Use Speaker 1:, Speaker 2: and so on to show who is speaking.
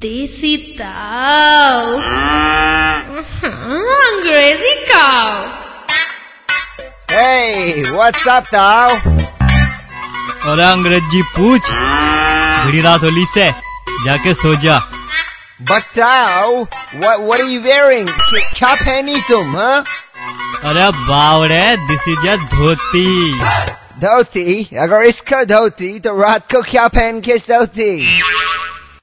Speaker 1: देसी ताऊ अंग्रेजी काऊ
Speaker 2: Hey, what's up, Tao?
Speaker 3: और अंग्रेजी पूछ भिड़ी रात होली से जाके सो जा
Speaker 2: But Tao, what what are you wearing? K- क्या पहनी तुम, huh?
Speaker 3: अरे बावड़े this is a dhoti
Speaker 2: dhoti अगर इसका धोती तो रात को क्या पहन के सोती